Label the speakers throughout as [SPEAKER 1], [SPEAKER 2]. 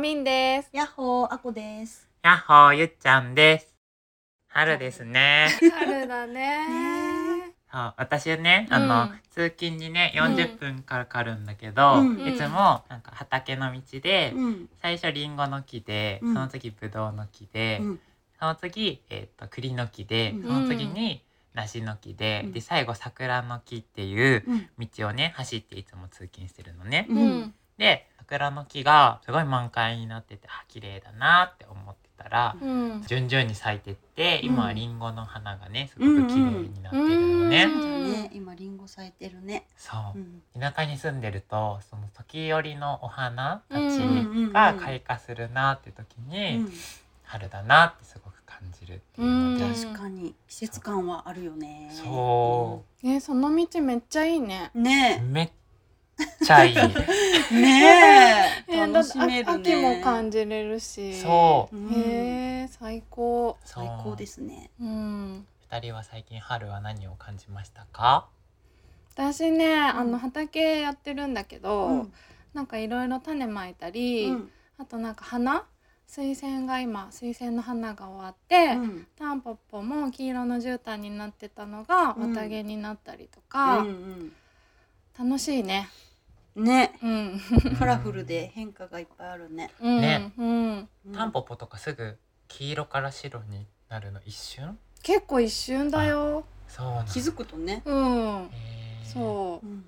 [SPEAKER 1] みん です。
[SPEAKER 2] やっほー、あこです。
[SPEAKER 3] やっほー、ゆっちゃんです。春ですね。
[SPEAKER 1] 春だね
[SPEAKER 2] ね。
[SPEAKER 3] そう私ね、あの、
[SPEAKER 1] うん
[SPEAKER 3] 通勤にね、
[SPEAKER 1] ん
[SPEAKER 3] 40分かかるんだけど、
[SPEAKER 2] うん
[SPEAKER 3] いつもなんか畑の道で、
[SPEAKER 2] うん。
[SPEAKER 3] 最初リンゴの木で、
[SPEAKER 2] うん
[SPEAKER 3] その次ブドウの木で、
[SPEAKER 2] うん
[SPEAKER 3] その次、えっと栗の木で、
[SPEAKER 2] うん
[SPEAKER 3] その次に梨の木で、
[SPEAKER 2] うん
[SPEAKER 3] で最後桜の木っていう
[SPEAKER 2] うん。
[SPEAKER 3] 道をね走っていつも通勤してるのね。
[SPEAKER 2] うん
[SPEAKER 1] うん。
[SPEAKER 3] で桜の木がすごい満開になっててあ綺麗だなって思ってたら、
[SPEAKER 1] うん。
[SPEAKER 3] 順々に咲いてって今はリンゴの花がねすごく綺麗になってるのね。
[SPEAKER 1] うん
[SPEAKER 2] ね、今リンゴ咲いてるね。
[SPEAKER 3] そう
[SPEAKER 2] うん。
[SPEAKER 3] 田舎に住んでるとその時折のお花たち
[SPEAKER 2] うん
[SPEAKER 3] が開花するなって時に、
[SPEAKER 2] うん
[SPEAKER 3] 春だなってすごく感じるっていうので、
[SPEAKER 1] うん
[SPEAKER 2] 確かに季節感はあるよね。
[SPEAKER 3] そ
[SPEAKER 1] え、その道めっちゃいいね。
[SPEAKER 2] う。
[SPEAKER 3] う
[SPEAKER 2] ね
[SPEAKER 3] めっちゃいい
[SPEAKER 2] え、ね
[SPEAKER 1] え
[SPEAKER 2] え、
[SPEAKER 1] ーだっ
[SPEAKER 2] 楽
[SPEAKER 1] て
[SPEAKER 2] しめ
[SPEAKER 1] あ
[SPEAKER 2] る
[SPEAKER 1] 秋
[SPEAKER 2] ね。
[SPEAKER 1] も感じれるし。
[SPEAKER 3] そう
[SPEAKER 2] うん
[SPEAKER 1] へえ、最高。
[SPEAKER 3] そう
[SPEAKER 2] 最高ですね。
[SPEAKER 1] うん。
[SPEAKER 3] 二人は最近春は何を感じましたか
[SPEAKER 1] 私ね、あの畑やってるんだけ
[SPEAKER 2] う
[SPEAKER 1] ど
[SPEAKER 2] ん、
[SPEAKER 1] なんかいろいろ種まいたり、あとなんか花水仙が今水仙の花が終わって、
[SPEAKER 2] うん
[SPEAKER 1] タンポポも黄色の絨毯になってたのが
[SPEAKER 2] うん
[SPEAKER 1] 綿毛になったりと
[SPEAKER 2] う
[SPEAKER 1] か、
[SPEAKER 2] ん
[SPEAKER 1] 楽しいね
[SPEAKER 2] うん。ね、
[SPEAKER 1] うん
[SPEAKER 2] カラフルで変化がいっぱいあるね。
[SPEAKER 1] うん
[SPEAKER 3] ね
[SPEAKER 1] うん、
[SPEAKER 2] うん
[SPEAKER 3] タンポポとかすぐ黄色から白になるの一瞬
[SPEAKER 1] 結構一瞬だよ
[SPEAKER 3] そうなの
[SPEAKER 2] 気づくとね。
[SPEAKER 1] うん
[SPEAKER 3] へー
[SPEAKER 1] そう
[SPEAKER 2] うん。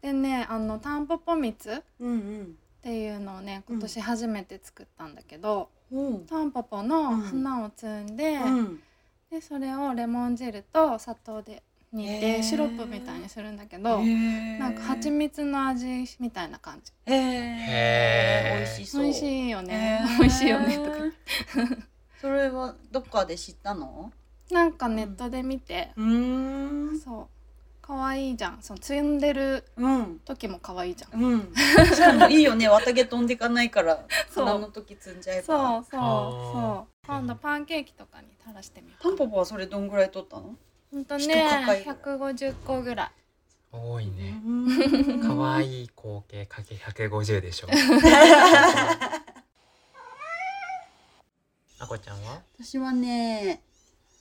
[SPEAKER 1] でねあのタンポポ蜜っ
[SPEAKER 2] うん
[SPEAKER 1] ていうのをね
[SPEAKER 2] うん
[SPEAKER 1] 今年初めて作ったんだけど、
[SPEAKER 2] うん。
[SPEAKER 1] タンポポの花を摘んで、
[SPEAKER 2] うん。
[SPEAKER 1] でそれをレモン汁と砂糖で煮
[SPEAKER 2] へ
[SPEAKER 1] て
[SPEAKER 2] ー
[SPEAKER 1] シロップみたいにするんだけど、な
[SPEAKER 2] なん
[SPEAKER 1] か蜂蜜の味みたいな感じ。
[SPEAKER 2] へえ
[SPEAKER 3] へー
[SPEAKER 2] 美味しそう
[SPEAKER 1] 美味しいよね。
[SPEAKER 2] へー
[SPEAKER 1] 美味しいよねとか。
[SPEAKER 2] それはどっかで知ったの
[SPEAKER 1] なんかネットで見て、
[SPEAKER 2] うん
[SPEAKER 1] そう。可愛いじゃん。その摘んでる
[SPEAKER 2] うん
[SPEAKER 1] 時も可愛いじゃん。
[SPEAKER 2] うんじゃあもういいよね綿毛飛んでいかないから
[SPEAKER 1] そう
[SPEAKER 2] 花の時摘んじゃえば
[SPEAKER 1] そうそう
[SPEAKER 3] あ
[SPEAKER 1] そう。今度パンケーキとかに垂らしてみよう。
[SPEAKER 2] タンポポはそれどんぐらい取ったの
[SPEAKER 1] 本当
[SPEAKER 2] 一抱え
[SPEAKER 1] ね、百五十個ぐらい。
[SPEAKER 3] 多いね
[SPEAKER 2] か
[SPEAKER 3] 可
[SPEAKER 2] い
[SPEAKER 3] 愛い光景かけ150でしょあこちゃんは
[SPEAKER 2] 私はね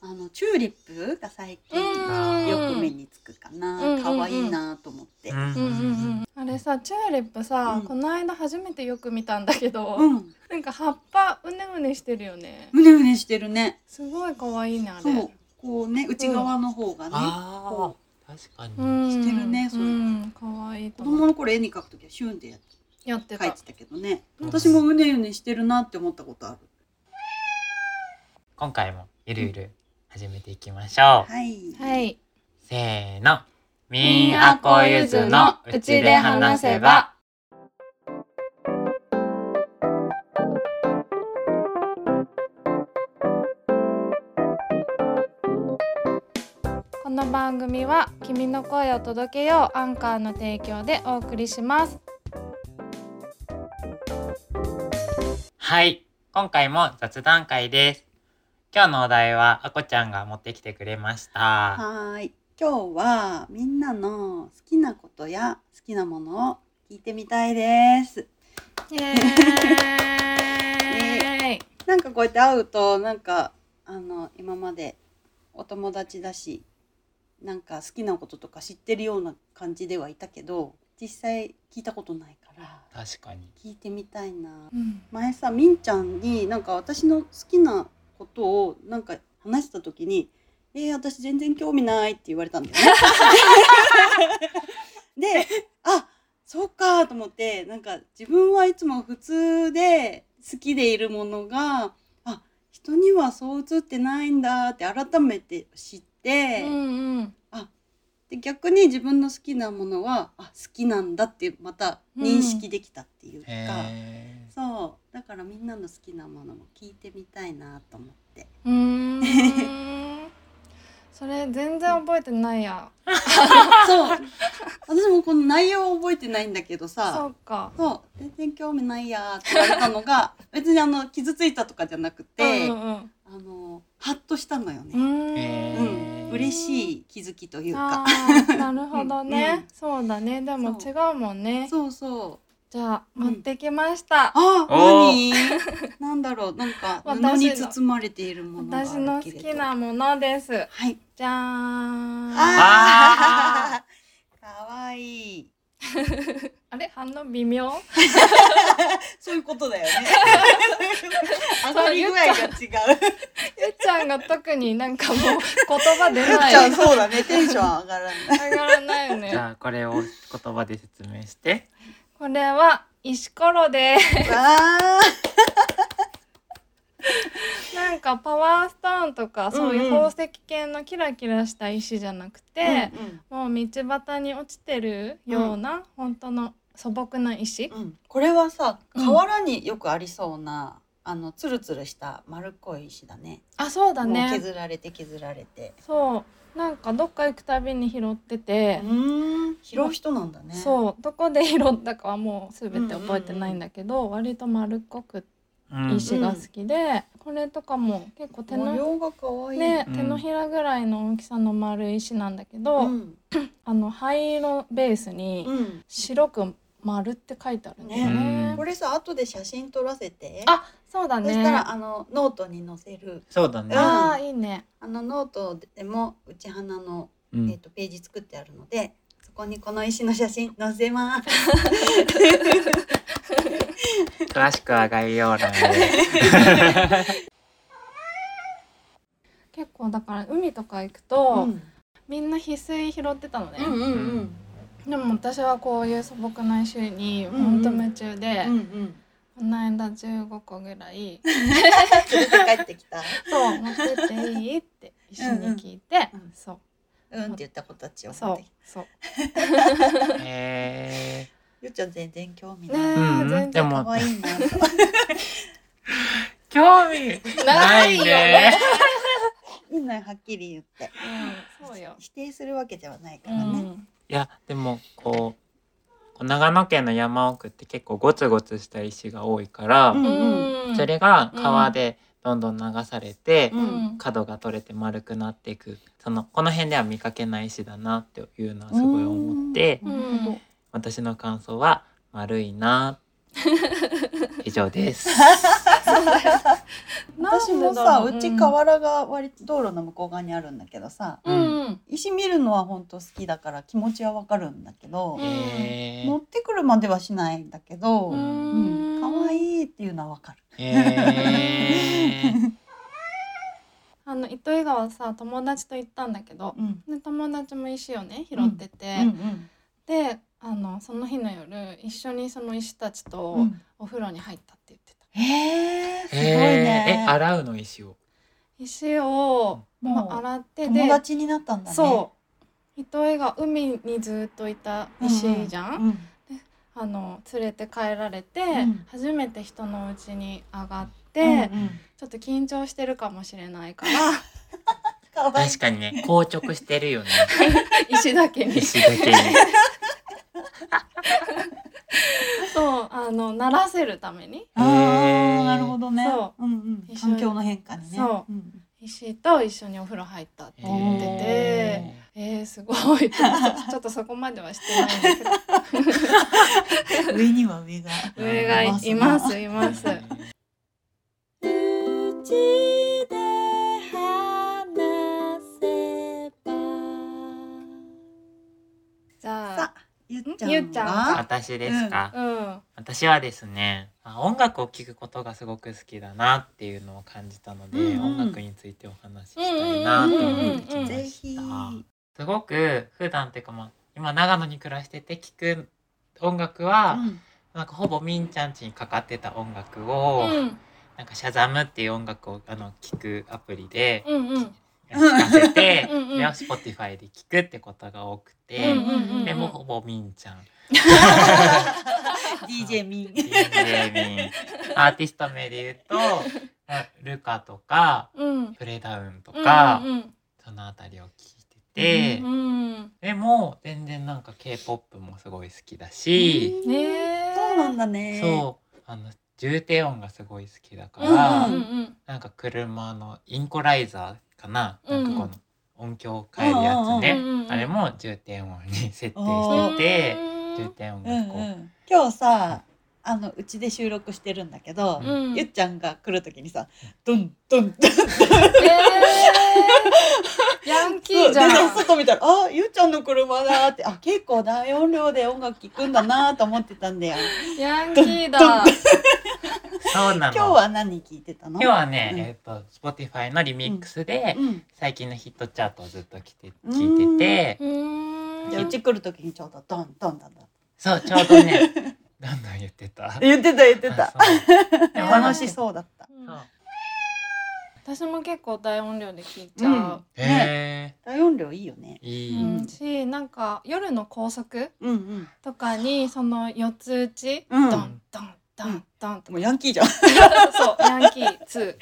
[SPEAKER 2] あのチューリップが最近
[SPEAKER 3] うん
[SPEAKER 2] よく目につくかな
[SPEAKER 1] うん
[SPEAKER 2] 可愛いなと思って
[SPEAKER 3] うん
[SPEAKER 1] うんうんうん。あれさ、チューリップさ、
[SPEAKER 2] うん
[SPEAKER 1] この間初めてよく見たんだけど、
[SPEAKER 2] うん
[SPEAKER 1] なんか葉っぱうねうねしてるよね。
[SPEAKER 2] うねうねしてるね
[SPEAKER 1] すごい可愛いねあれ。
[SPEAKER 2] そうこうね内側の方がね
[SPEAKER 3] あ
[SPEAKER 2] こ
[SPEAKER 3] あ確かに、
[SPEAKER 1] うん
[SPEAKER 2] してるねそれ
[SPEAKER 1] うん、可愛いと
[SPEAKER 2] 子
[SPEAKER 1] 思う。
[SPEAKER 2] 供の頃絵に描く時はシュンってやって
[SPEAKER 1] やって
[SPEAKER 2] 書い
[SPEAKER 1] た
[SPEAKER 2] て。たけどね
[SPEAKER 3] うん
[SPEAKER 2] 私もうねうねしてるなって思ったことある
[SPEAKER 3] 今回もゆるゆる始めていきましょう、
[SPEAKER 2] はい
[SPEAKER 1] はい。
[SPEAKER 3] せーのみーあこゆずのうちで話せば。
[SPEAKER 1] この番組は君の声を届けようアンカーの提供でお送りします。
[SPEAKER 3] はい今回も雑談会です今日のお題はあこちゃんが持ってきてくれました
[SPEAKER 2] はーい今日はみんなの好きなことや好きなものを聞いてみたいです
[SPEAKER 1] イエーイ。
[SPEAKER 2] なんかこうやって会うとなんかあの今までお友達だしなんか好きなこととか知ってるような感じではいたけど実際聞いたことないから
[SPEAKER 3] 確かに
[SPEAKER 2] 聞いてみたいな
[SPEAKER 1] うん
[SPEAKER 2] 前さみんちゃんになんか私の好きなことをなんか話した時に「えー、私全然興味ない」って言われたんだよ ね。であそうかと思ってなんか自分はいつも普通で好きでいるものがあ人にはそう映ってないんだって改めて知って、
[SPEAKER 1] うんうん。
[SPEAKER 2] で逆に自分の好きなものはあ好きなんだってまた認識できたっていうか。
[SPEAKER 3] へー
[SPEAKER 2] そうだからみんなの好きなものも聞いてみたいなと 思って
[SPEAKER 1] うーん。それ全然覚えてないや。
[SPEAKER 2] そう私もこの内容を覚えてないんだけど
[SPEAKER 1] そ
[SPEAKER 2] さ
[SPEAKER 1] うか。
[SPEAKER 2] そう全然興味ないやーって言われた のが別にあの傷ついたとかじゃなくて、
[SPEAKER 1] うんうん
[SPEAKER 2] あのハッとしたのよ
[SPEAKER 1] う
[SPEAKER 2] ね、
[SPEAKER 1] ん。う
[SPEAKER 3] え
[SPEAKER 2] う
[SPEAKER 1] ー
[SPEAKER 3] ー
[SPEAKER 1] ん。
[SPEAKER 2] ん、嬉しい気づきという
[SPEAKER 1] あ
[SPEAKER 2] か
[SPEAKER 1] あーなるほどね、
[SPEAKER 2] うんうん
[SPEAKER 1] そうだねでも違うもんね
[SPEAKER 2] そうそ
[SPEAKER 1] じゃあ
[SPEAKER 2] うん
[SPEAKER 1] 持ってきました、
[SPEAKER 2] あ、
[SPEAKER 3] お
[SPEAKER 2] 何？なんだろう、なんか
[SPEAKER 1] 私
[SPEAKER 2] 布
[SPEAKER 1] の
[SPEAKER 2] に包まれているものがある
[SPEAKER 1] 私の好
[SPEAKER 2] けれど
[SPEAKER 1] き。なものです
[SPEAKER 2] はい。
[SPEAKER 1] じゃーんあ
[SPEAKER 2] あ あ、可愛いい。
[SPEAKER 1] れ反応微妙
[SPEAKER 2] そういうことだよね。 上
[SPEAKER 1] そ
[SPEAKER 2] が
[SPEAKER 1] う
[SPEAKER 2] り
[SPEAKER 1] 言
[SPEAKER 2] 具
[SPEAKER 1] っ
[SPEAKER 2] 合
[SPEAKER 1] ち
[SPEAKER 2] が違
[SPEAKER 1] ゃ
[SPEAKER 2] う
[SPEAKER 1] う。ゆっちゃんが特になん かもう言葉出
[SPEAKER 2] ゆっ
[SPEAKER 1] な
[SPEAKER 2] ちゃん
[SPEAKER 1] い
[SPEAKER 2] そうだね、テンション上がら ない。
[SPEAKER 1] 上がらないよ
[SPEAKER 3] じ
[SPEAKER 1] ね
[SPEAKER 3] ゃあこれを言葉で説明して
[SPEAKER 1] これは石ころで
[SPEAKER 2] あ
[SPEAKER 1] すなんかパワーストーンとかそういう宝石系のキラキラした石じゃなくて、
[SPEAKER 2] あ、うん
[SPEAKER 1] もう道端に落ちてるような、本当の素朴な石、
[SPEAKER 2] うんうんこれはさ、
[SPEAKER 1] うん
[SPEAKER 2] 河原によくありそうな、あのつるつるした丸っこい石だね。
[SPEAKER 1] あそうだ
[SPEAKER 2] もう
[SPEAKER 1] ね
[SPEAKER 2] 削られて削られて。
[SPEAKER 1] そうなんかどっか行くたびに拾ってて、
[SPEAKER 2] うん、拾う人なんだね。う。
[SPEAKER 1] そうどこで拾ったかはもう全て覚えてないんだけど、割と丸っこく
[SPEAKER 3] うん
[SPEAKER 1] 石が好きで、これとかも結構手
[SPEAKER 2] 模
[SPEAKER 1] の,、
[SPEAKER 2] 様が可愛い。
[SPEAKER 1] ね
[SPEAKER 3] うん
[SPEAKER 1] 手のひらぐらいの大きさの丸い石なんだけ
[SPEAKER 2] う
[SPEAKER 1] ど、
[SPEAKER 2] ん。
[SPEAKER 1] あの灰色ベースに
[SPEAKER 2] うん。
[SPEAKER 1] 白く丸って書いてあるんだよね。
[SPEAKER 3] ね
[SPEAKER 2] これさ、後で写真撮らせて。
[SPEAKER 1] あそうだ
[SPEAKER 2] そ
[SPEAKER 1] ね。
[SPEAKER 2] したら、あのノートに載せる。
[SPEAKER 3] そうだね、
[SPEAKER 1] あーいいね。
[SPEAKER 2] あのノートでも内花の、
[SPEAKER 3] うん
[SPEAKER 2] えっとページ作ってあるのでそこにこの石の写真載せます。
[SPEAKER 3] 詳しくは概要欄で
[SPEAKER 1] 結構だから海とか行くと、
[SPEAKER 2] うん
[SPEAKER 1] みんな翡翠拾ってたのね、
[SPEAKER 2] うんうんうん
[SPEAKER 1] でも私はこういう素朴な石に
[SPEAKER 2] んうん
[SPEAKER 1] 本当夢中で、
[SPEAKER 2] うんうん。
[SPEAKER 1] この間15個ぐら い
[SPEAKER 2] 連れて帰ってきた。
[SPEAKER 1] そう持ってっていいって一緒に聞いて、
[SPEAKER 2] うんうん
[SPEAKER 1] そ
[SPEAKER 2] うんって言った子たちを
[SPEAKER 1] う
[SPEAKER 2] 持
[SPEAKER 1] そ
[SPEAKER 2] っ
[SPEAKER 1] う
[SPEAKER 2] てきた。
[SPEAKER 1] そう
[SPEAKER 3] え
[SPEAKER 2] ゆっちゃん全然興味
[SPEAKER 1] ね
[SPEAKER 2] ない。
[SPEAKER 1] え、
[SPEAKER 3] うん
[SPEAKER 1] 全
[SPEAKER 3] で
[SPEAKER 1] 然
[SPEAKER 3] も
[SPEAKER 2] 可愛いな。
[SPEAKER 3] ー、興味ないね
[SPEAKER 2] いいのよはっきり言って。
[SPEAKER 1] うんそうよ、
[SPEAKER 2] 否定するわけではないか
[SPEAKER 1] う
[SPEAKER 2] らね。
[SPEAKER 1] ん、
[SPEAKER 3] いやでもこう長野県の山奥って結構ゴツゴツした石が多いから、
[SPEAKER 2] うん
[SPEAKER 1] うん
[SPEAKER 3] それが川でどんどん流されて、
[SPEAKER 1] うん、
[SPEAKER 3] 角が取れて丸くなっていくそのこの辺では見かけない石だなっていうのはすごい思って
[SPEAKER 2] うんなるほど
[SPEAKER 3] 私の感想は丸いな以上です。
[SPEAKER 2] 私もさ、
[SPEAKER 1] なん
[SPEAKER 2] う
[SPEAKER 1] でだろ
[SPEAKER 2] ち河原が割と道路の向こう側にあるんだけどさ、
[SPEAKER 1] うんうん
[SPEAKER 2] 石見るのは本当好きだから気持ちはわかるんだけど、
[SPEAKER 1] うん
[SPEAKER 3] え
[SPEAKER 2] 持
[SPEAKER 3] ー
[SPEAKER 2] ってくるまではしないんだけど、
[SPEAKER 1] う
[SPEAKER 2] うん
[SPEAKER 1] ん
[SPEAKER 2] 可愛、いっていうのはわかる。
[SPEAKER 3] えー
[SPEAKER 1] あの糸魚川さ友達と行ったんだけど、
[SPEAKER 2] うん、
[SPEAKER 1] で友達も石をね拾ってて、
[SPEAKER 2] うん
[SPEAKER 1] であのその日の夜一緒にその石たち
[SPEAKER 2] う
[SPEAKER 1] と
[SPEAKER 2] んうん。
[SPEAKER 1] お風呂に入ったって言ってた、
[SPEAKER 2] へえ、すごい
[SPEAKER 3] え
[SPEAKER 2] ね。
[SPEAKER 3] ー、え洗うの石を。
[SPEAKER 1] 石を、まあ
[SPEAKER 2] もう
[SPEAKER 1] 洗ってで
[SPEAKER 2] 友達になったんだね。
[SPEAKER 1] そう糸魚が海にずっといた石じゃん、
[SPEAKER 2] うんうん。
[SPEAKER 1] あの連れて帰られて、
[SPEAKER 2] ん
[SPEAKER 1] 初めて人の家に上がって、
[SPEAKER 2] うんうん
[SPEAKER 1] ちょっと緊張してるかもしれないから
[SPEAKER 2] 可愛い
[SPEAKER 3] 確。かにね硬直してるよね
[SPEAKER 1] 石だけに
[SPEAKER 3] 石だけに。
[SPEAKER 1] そうあの慣らせるために
[SPEAKER 2] あ
[SPEAKER 3] へ
[SPEAKER 2] あ、
[SPEAKER 3] ー
[SPEAKER 2] なるほどね。
[SPEAKER 1] そ
[SPEAKER 2] うんうん。
[SPEAKER 1] 一緒に
[SPEAKER 2] 環境の変化にね。
[SPEAKER 1] そ
[SPEAKER 2] うん
[SPEAKER 1] 石と一緒にお風呂入ったって言ってて。
[SPEAKER 3] え
[SPEAKER 1] えー、すごいちょっとちょっとそこまではしてないんだけど
[SPEAKER 2] 上には上が。
[SPEAKER 3] うん
[SPEAKER 1] 上がいますい
[SPEAKER 3] ー
[SPEAKER 1] ます。
[SPEAKER 2] うちで話せば。
[SPEAKER 1] じゃ
[SPEAKER 2] さあ、ゆっ
[SPEAKER 1] んゆっ
[SPEAKER 2] ち
[SPEAKER 1] ち
[SPEAKER 2] ゃ
[SPEAKER 1] ゃん
[SPEAKER 2] んは
[SPEAKER 1] は。
[SPEAKER 3] 私ですか。
[SPEAKER 1] あうん
[SPEAKER 3] 私はですねあ音楽を聴くことがすごく好きだなっていうのを感じたので、
[SPEAKER 2] うんうん
[SPEAKER 3] 音楽についてお話ししたいなと思ってきま
[SPEAKER 2] ぜ
[SPEAKER 3] し
[SPEAKER 2] ひ。
[SPEAKER 3] た、すごく普段っていうか、まあ、今長野に暮らしてて聴く音楽は、
[SPEAKER 2] うん
[SPEAKER 3] なんかほぼみんちゃんちにかかってた音楽を、
[SPEAKER 1] うん
[SPEAKER 3] なんかシャザムっていう音楽をあの聴くアプリで
[SPEAKER 1] うんうん
[SPEAKER 3] 聴かせて、
[SPEAKER 1] うんうん
[SPEAKER 3] それを Spotify で聴くってことが多くて、
[SPEAKER 1] うんうんうんうん
[SPEAKER 3] でもうほぼみんちゃん
[SPEAKER 2] DJ ミン。
[SPEAKER 3] DJ にアーティスト名で言うとあルカとか
[SPEAKER 1] うん
[SPEAKER 3] プレダウンとか、
[SPEAKER 1] うん
[SPEAKER 3] そのあたりを聞いてて、
[SPEAKER 1] うんうん
[SPEAKER 3] でも全然なんか K-POP もすごい好きだし、
[SPEAKER 1] ねえ
[SPEAKER 2] そうなんだね。
[SPEAKER 3] そうあの重低音がすごい好きだか
[SPEAKER 1] う
[SPEAKER 3] ら、
[SPEAKER 1] んうんうん
[SPEAKER 3] なんか車のインコライザーかな,、
[SPEAKER 1] うん
[SPEAKER 3] なんかこの音響を変えるやつ
[SPEAKER 1] うん
[SPEAKER 3] ね、
[SPEAKER 1] うんうん
[SPEAKER 3] あれも重低音に設定
[SPEAKER 1] う
[SPEAKER 3] し
[SPEAKER 1] ん
[SPEAKER 3] てて、
[SPEAKER 1] う
[SPEAKER 3] 重点音
[SPEAKER 2] うんう
[SPEAKER 3] 楽を、
[SPEAKER 2] ん、今日さあのうちで収録してるんだけど、
[SPEAKER 1] うん
[SPEAKER 2] ゆっちゃんが来るときにさドンドンドン
[SPEAKER 1] えーヤンキーじゃん
[SPEAKER 2] そうでさ外見たら「あゆっちゃんの車だ」ってあ結構大音量で音楽聴くんだなと思ってたんだよ。
[SPEAKER 1] ヤンキーだ
[SPEAKER 2] ドン
[SPEAKER 3] そうな
[SPEAKER 2] 今
[SPEAKER 3] の
[SPEAKER 2] 日は何聴いてたの
[SPEAKER 3] 今日はね、
[SPEAKER 2] うん
[SPEAKER 3] えっ、と Spotify のリミックスで、
[SPEAKER 2] うん、
[SPEAKER 3] 最近のヒットチャートをずっと聞いて聞いてて
[SPEAKER 1] うーん
[SPEAKER 2] じゃあうち来るときにちょうどドンドンだった。
[SPEAKER 3] そうちょう どねどんどん言ってた
[SPEAKER 2] 言ってた言ってた。
[SPEAKER 3] あそうでも
[SPEAKER 2] 楽
[SPEAKER 3] 楽し
[SPEAKER 2] し
[SPEAKER 3] そ
[SPEAKER 2] そうだった。
[SPEAKER 1] う
[SPEAKER 3] うんそう
[SPEAKER 1] 私も結構大音量で聞いちゃう、
[SPEAKER 3] へ
[SPEAKER 2] ね、
[SPEAKER 3] え
[SPEAKER 2] 大音量いいよね。
[SPEAKER 1] う
[SPEAKER 3] い
[SPEAKER 1] ん
[SPEAKER 3] い、
[SPEAKER 2] ん
[SPEAKER 1] しなんか夜の高速
[SPEAKER 2] うんうん。
[SPEAKER 1] とかにその四つ打ち、
[SPEAKER 2] うん
[SPEAKER 1] ドンドンドンドンと
[SPEAKER 2] も
[SPEAKER 1] か、
[SPEAKER 2] う ヤンキーじゃん。
[SPEAKER 1] そうヤンキー2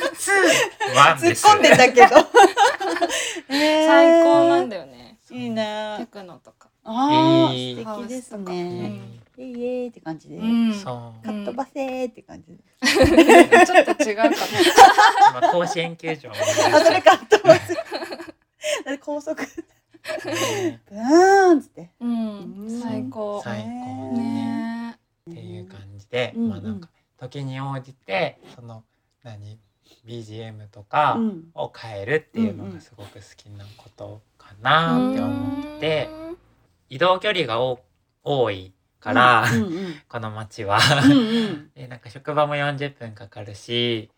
[SPEAKER 3] ワン
[SPEAKER 2] 突っ
[SPEAKER 3] です
[SPEAKER 2] 込んでたけど。 えー
[SPEAKER 1] 最高なんだよね、
[SPEAKER 2] いい
[SPEAKER 1] テ
[SPEAKER 2] ね。
[SPEAKER 1] クノとか、
[SPEAKER 2] ああ、
[SPEAKER 3] いい
[SPEAKER 2] 素敵です
[SPEAKER 3] う
[SPEAKER 2] ね。
[SPEAKER 3] ん
[SPEAKER 2] イエイイエイって感じで。
[SPEAKER 1] うん、ちょ
[SPEAKER 3] そう
[SPEAKER 2] かっ飛ばせーって感じで。
[SPEAKER 1] っと違うかな
[SPEAKER 3] 今甲子園球場も
[SPEAKER 2] あ、それかっ飛ばせ。あれ高速。
[SPEAKER 3] ね
[SPEAKER 2] ブーンっつって。
[SPEAKER 1] うん、
[SPEAKER 2] うん
[SPEAKER 1] 最高
[SPEAKER 3] 最高ね
[SPEAKER 1] ね
[SPEAKER 3] っていう感じで、
[SPEAKER 2] うん
[SPEAKER 3] まあなんか時に応じてその何 BGM とか
[SPEAKER 2] うん
[SPEAKER 3] を変えるっていうのがすごく好きなことかなって思って、
[SPEAKER 1] うん
[SPEAKER 3] 移動距離がお多いから、
[SPEAKER 2] うんうん
[SPEAKER 3] この街は、
[SPEAKER 2] うんうん。
[SPEAKER 3] でなんか職場も40分かかるし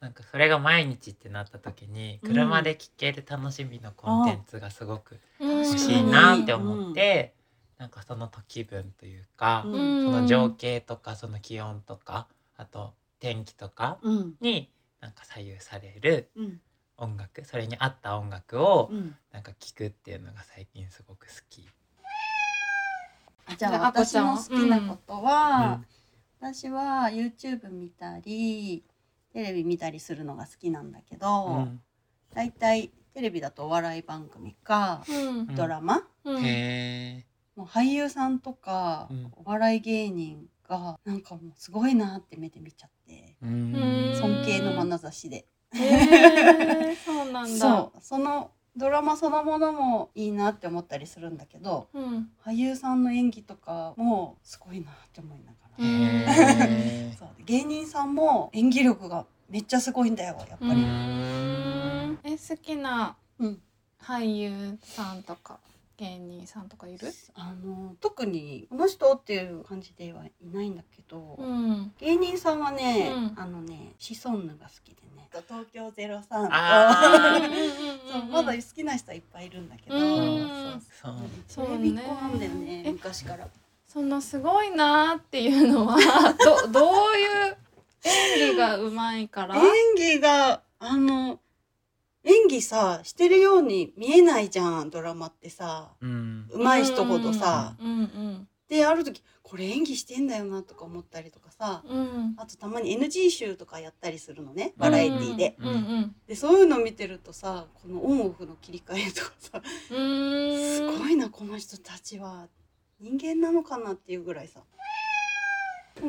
[SPEAKER 3] なんかそれが毎日ってなった時に
[SPEAKER 2] うん
[SPEAKER 3] 車で聴ける楽しみのコンテンツがすごく
[SPEAKER 1] うん
[SPEAKER 3] 欲しいなって思って、なんかその時分というか、
[SPEAKER 2] うん
[SPEAKER 3] その情景とかその気温とかあと天気とか
[SPEAKER 2] うん
[SPEAKER 3] になんか左右される
[SPEAKER 2] うん
[SPEAKER 3] 音楽それに合った音楽を
[SPEAKER 2] うん。
[SPEAKER 3] なんか聴くっていうのが最近すごく好き。
[SPEAKER 2] あじゃ
[SPEAKER 1] じゃ
[SPEAKER 2] あ
[SPEAKER 1] ああこ
[SPEAKER 2] 私
[SPEAKER 1] ちゃん
[SPEAKER 2] の
[SPEAKER 1] は
[SPEAKER 2] 好きなことは
[SPEAKER 3] う、
[SPEAKER 2] 私は YouTube 見たりテレビ見たりするのが好きなんだけど、
[SPEAKER 3] うん
[SPEAKER 2] だいたいテレビだとお笑い番組か、
[SPEAKER 1] うん
[SPEAKER 2] ドラマ
[SPEAKER 1] うん
[SPEAKER 3] へ
[SPEAKER 2] もう俳優さんとか、
[SPEAKER 3] うん
[SPEAKER 2] お笑い芸人がなんかもうすごいなって目で見ちゃって
[SPEAKER 3] ー
[SPEAKER 1] う
[SPEAKER 3] う
[SPEAKER 1] ん
[SPEAKER 3] ん
[SPEAKER 2] 尊敬の眼差しで、
[SPEAKER 1] へーそうなんだ
[SPEAKER 2] そうそのドラマそのものもいいなって思ったりするんだけど
[SPEAKER 1] う、ん、
[SPEAKER 2] 俳優さんの演技とかもすごいなって思いながら。
[SPEAKER 3] へ
[SPEAKER 2] そう芸人さんも演技力がめっちゃすごいんだよやっぱ
[SPEAKER 1] う
[SPEAKER 2] り、
[SPEAKER 1] んえ好きな
[SPEAKER 2] うん
[SPEAKER 1] 俳優さんとか芸人さんとかいる
[SPEAKER 2] あの特にこの人っていう感じではいないんだけど、
[SPEAKER 1] うん
[SPEAKER 2] 芸人さんはね、
[SPEAKER 1] うん
[SPEAKER 2] あのねシソンヌが好きでね東京ゼロ三
[SPEAKER 3] あー
[SPEAKER 2] そうまだ好きな人はいっぱいいるんだけど、
[SPEAKER 1] うん
[SPEAKER 3] そう
[SPEAKER 2] そうテレビっ子なんだよね
[SPEAKER 1] え
[SPEAKER 2] 昔から
[SPEAKER 1] そのすごいなーっていうのはど どういう演技がうまいから
[SPEAKER 2] 演技があの演技さしてるように見えないじゃんドラマってさ
[SPEAKER 3] うん
[SPEAKER 2] 上手い人ほどさ、
[SPEAKER 1] うん
[SPEAKER 2] である時これ演技してんだよなとか思ったりとかさ
[SPEAKER 1] うんうん
[SPEAKER 2] あとたまに NG 集とかやったりするのねバラエティで、
[SPEAKER 1] うんうん
[SPEAKER 2] でそういうの見てるとさこのオンオフの切り替えとかさ
[SPEAKER 1] うーん
[SPEAKER 2] すごいなこの人たちは人間なのかなっていうぐらいさ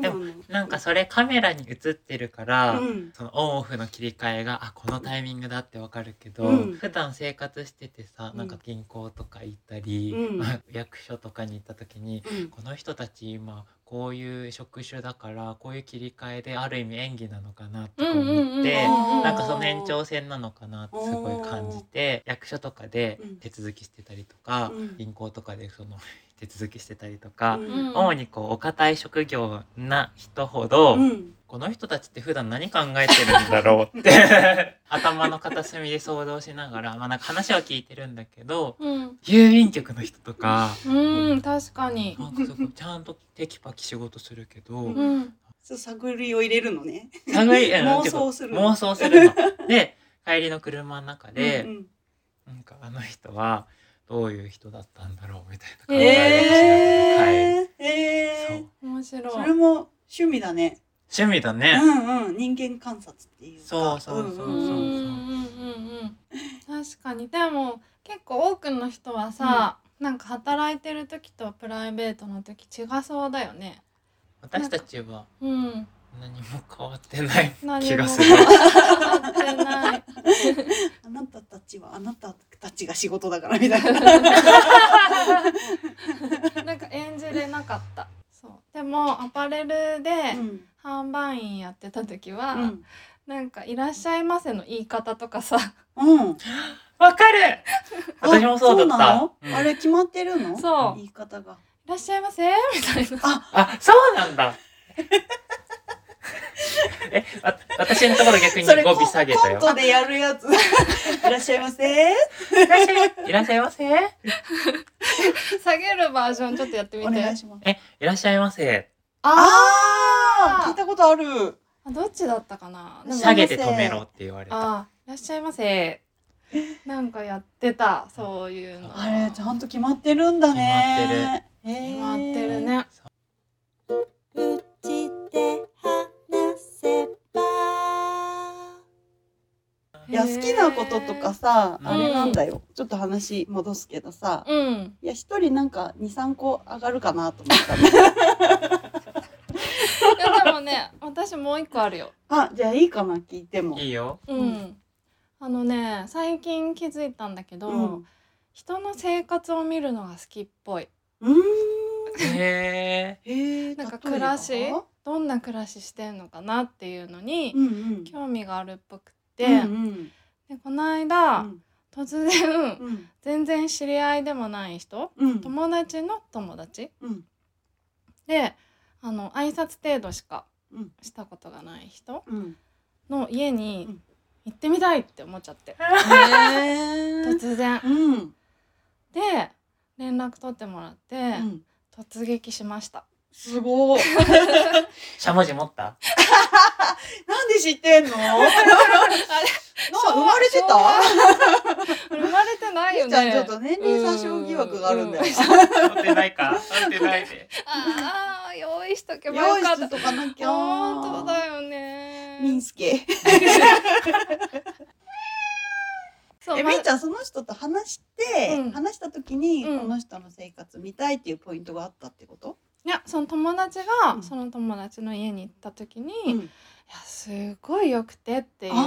[SPEAKER 3] でもなんかそれカメラに映ってるから、
[SPEAKER 2] うん
[SPEAKER 3] そのオンオフの切り替えがあこのタイミングだってわかるけど、
[SPEAKER 2] うん
[SPEAKER 3] 普段生活しててさ
[SPEAKER 2] うん
[SPEAKER 3] なんか銀行とか行ったり、
[SPEAKER 2] うん
[SPEAKER 3] 役所とかに行った時に
[SPEAKER 2] うん
[SPEAKER 3] この人たち今こういう職種だからこういう切り替えである意味演技なのかなとか思って、
[SPEAKER 2] うんうんうん
[SPEAKER 3] なんかその延長線なのかなってすごい感じて役所とかで手続きしてたりとか、
[SPEAKER 2] うん
[SPEAKER 3] 銀行とかでその 手続きしてたりとか、
[SPEAKER 2] うん
[SPEAKER 3] 主にこうお堅い職業な人ほど、
[SPEAKER 2] うん
[SPEAKER 3] この人たちって普段何考えてるんだろうって 頭の片隅で想像しながら、まあ、なんか話は聞いてるんだけど
[SPEAKER 1] うん
[SPEAKER 3] 郵便局の人とか
[SPEAKER 1] うん確かに
[SPEAKER 3] なんかすごいちゃんとテキパキ仕事するけど
[SPEAKER 1] うん
[SPEAKER 2] そう探りを入れるのね
[SPEAKER 3] 探りあの
[SPEAKER 2] 妄想する
[SPEAKER 3] 妄想するの。で帰りの車の中で、
[SPEAKER 2] うん
[SPEAKER 3] なんかあの人はどういう人だったんだろうみたいな考
[SPEAKER 2] うん、
[SPEAKER 3] えをしながら帰る。
[SPEAKER 2] えー、え
[SPEAKER 1] 面白
[SPEAKER 2] ー、そ
[SPEAKER 1] い
[SPEAKER 2] れも趣味だね
[SPEAKER 3] そう趣味だね。
[SPEAKER 2] うんうん人間観察っていうか
[SPEAKER 3] そうそうそう
[SPEAKER 1] うんうん
[SPEAKER 3] そ
[SPEAKER 1] う
[SPEAKER 3] う
[SPEAKER 1] んうん確かにでも結構多くの人はさ、なんか働いてる時とプライベートの時違そうだよね。
[SPEAKER 3] 私たちは
[SPEAKER 1] うん、
[SPEAKER 3] 何も変わってない
[SPEAKER 1] 何も
[SPEAKER 3] 気がする。
[SPEAKER 1] 変わってない。
[SPEAKER 2] あなたたちはあなたたちが仕事だからみたいな。
[SPEAKER 1] なんか演じかったそうでもアパレルで
[SPEAKER 2] うん
[SPEAKER 1] 販売員やってた時は、
[SPEAKER 2] うん
[SPEAKER 1] なんか「いらっしゃいませ」の言い方とかさ
[SPEAKER 2] うん
[SPEAKER 3] わかる
[SPEAKER 2] あ
[SPEAKER 3] 私もそうだった
[SPEAKER 2] そうなの
[SPEAKER 3] うん
[SPEAKER 2] あれ決まってるの
[SPEAKER 1] そう
[SPEAKER 2] 言い方が
[SPEAKER 1] 「いらっしゃいませ」みたいな
[SPEAKER 3] あそうなんだえわ私のところ逆に
[SPEAKER 2] それ
[SPEAKER 3] 語尾下げたよ
[SPEAKER 2] コントでやるやついらっしゃいませ
[SPEAKER 3] いらっしゃいいらっしゃいませ
[SPEAKER 1] 下げるバージョンちょっとやってみ
[SPEAKER 2] お願い
[SPEAKER 1] て
[SPEAKER 2] します
[SPEAKER 3] えいらっしゃいませ
[SPEAKER 1] あ
[SPEAKER 2] あー聞いたことある
[SPEAKER 1] あどっちだったかなでも
[SPEAKER 3] 下げて止めろって言われた
[SPEAKER 1] あいらっしゃいませなんかやってたそういうの
[SPEAKER 2] あれちゃんと決まってるんだね決
[SPEAKER 1] 決まってるね
[SPEAKER 2] 口で話せばいや
[SPEAKER 1] へー
[SPEAKER 2] 好きなこととかさ、
[SPEAKER 3] うん
[SPEAKER 2] あれなんだよちょっと話戻すけどさ、
[SPEAKER 1] うん
[SPEAKER 2] いや一人なんか23個上がるかなと思ったね
[SPEAKER 1] いやでもね私もう一個あるよ
[SPEAKER 2] あじゃあいいかな聞いても
[SPEAKER 3] いいよ
[SPEAKER 1] うん、
[SPEAKER 2] うん
[SPEAKER 1] あのね最近気づいたんだけど、
[SPEAKER 2] うん
[SPEAKER 1] 人の生活を見るのが好きっぽい
[SPEAKER 2] うん
[SPEAKER 3] へえ
[SPEAKER 2] へー
[SPEAKER 1] なんか
[SPEAKER 2] 例えば
[SPEAKER 1] 暮らしどんな暮らししてんのかなっていうのに
[SPEAKER 2] うんうん
[SPEAKER 1] 興味があるっぽくて、
[SPEAKER 2] うんうん
[SPEAKER 1] でこの間、突然、
[SPEAKER 2] うん
[SPEAKER 1] 全然知り合いでもない人
[SPEAKER 2] うん
[SPEAKER 1] 友達の友達
[SPEAKER 2] うん
[SPEAKER 1] であの挨拶程度しか
[SPEAKER 2] うん
[SPEAKER 1] したことがない人
[SPEAKER 2] うん
[SPEAKER 1] の家に
[SPEAKER 2] うん
[SPEAKER 1] 行ってみたいって思っちゃって、
[SPEAKER 2] へー
[SPEAKER 1] 突然。
[SPEAKER 2] うん
[SPEAKER 1] で連絡取ってもらって、
[SPEAKER 2] うん
[SPEAKER 1] 突撃しま した。
[SPEAKER 2] すご い
[SPEAKER 3] しゃもじ持った
[SPEAKER 2] なんで知ってん のな生まれて
[SPEAKER 1] 昭和
[SPEAKER 2] た
[SPEAKER 1] 生まれてないよ
[SPEAKER 2] じゃん
[SPEAKER 1] ね。
[SPEAKER 2] ちょっと年齢詐称疑惑があるんだよ。
[SPEAKER 3] 持ってないか持ってないで
[SPEAKER 1] ああ用意しとけば
[SPEAKER 2] 用
[SPEAKER 1] よ
[SPEAKER 2] 意
[SPEAKER 1] かっ。
[SPEAKER 2] したとかなきゃ。
[SPEAKER 1] 本当だよね。
[SPEAKER 2] ミンスケ。
[SPEAKER 1] そう
[SPEAKER 2] え、
[SPEAKER 1] ま
[SPEAKER 2] みーちゃんその人と話して、
[SPEAKER 1] うん
[SPEAKER 2] 話した時に、
[SPEAKER 1] うん
[SPEAKER 2] この人の生活見たいっていうポイントがあったってこと？
[SPEAKER 1] いやその友達が、
[SPEAKER 2] うん
[SPEAKER 1] その友達の家に行った時に、
[SPEAKER 2] うん
[SPEAKER 1] いやすごいよくてっていうの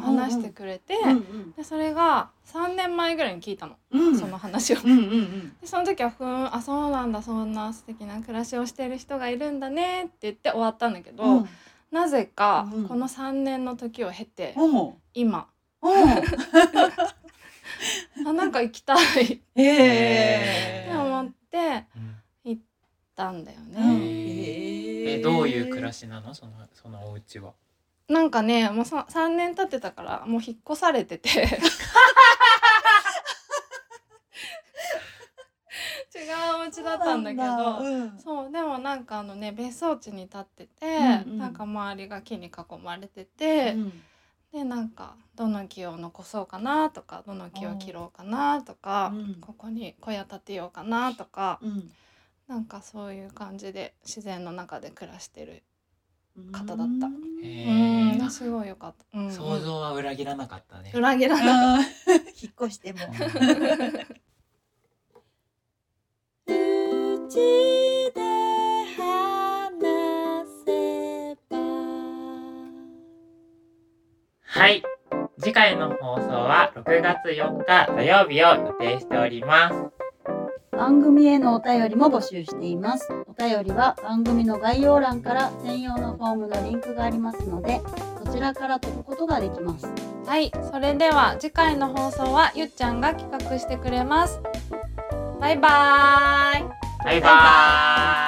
[SPEAKER 1] を
[SPEAKER 2] ー
[SPEAKER 1] 話してくれて、
[SPEAKER 2] うん
[SPEAKER 1] でそれが3年前ぐらいに聞いたの、
[SPEAKER 2] うん
[SPEAKER 1] その話を。
[SPEAKER 2] うんうんうん。
[SPEAKER 1] でその時は「ふーんあそうなんだそんな素敵な暮らしをしてる人がいるんだね」って言って終わったんだけど、
[SPEAKER 2] うん
[SPEAKER 1] なぜか
[SPEAKER 2] うん
[SPEAKER 1] この3年の時を経て、
[SPEAKER 2] うん
[SPEAKER 1] 今
[SPEAKER 2] うん。
[SPEAKER 1] あなんか行きたいって
[SPEAKER 2] え
[SPEAKER 3] へー
[SPEAKER 1] 思って
[SPEAKER 3] うん
[SPEAKER 1] 行ったんだよ
[SPEAKER 2] うん
[SPEAKER 1] ね。
[SPEAKER 3] えどういう暮らしなのそのそのお家は
[SPEAKER 1] なんかねもうさ3年経ってたからもう引っ越されて て違うお家だったんだけど
[SPEAKER 2] うん
[SPEAKER 1] そうでもなんかあのね別荘地に立ってて、
[SPEAKER 2] うんうん
[SPEAKER 1] なんか周りが木に囲まれてて、でなんかどの木を残そうかなとかどの木を切ろうかなとか、
[SPEAKER 2] うん
[SPEAKER 1] ここに小屋建てようかなとか、
[SPEAKER 2] うん
[SPEAKER 1] なんかそういう感じで自然の中で暮らしてる、
[SPEAKER 2] うん
[SPEAKER 1] 方だった
[SPEAKER 3] へ
[SPEAKER 1] うん
[SPEAKER 3] え
[SPEAKER 1] すごいよかった、うん、
[SPEAKER 3] 想像は裏切らなかったね
[SPEAKER 1] 裏切らない
[SPEAKER 2] あー引っ越しても。口で話せば。
[SPEAKER 3] はい次回の放送は6月4日土曜日を予定しております
[SPEAKER 2] 番組へのお便りも募集しています。お便りは番組の概要欄から専用のフォームのリンクがありますので、そちらから飛ぶことができます。
[SPEAKER 1] はいそれでは次回の放送はゆっちゃんが企画してくれますバイバーイ
[SPEAKER 3] バイバーイ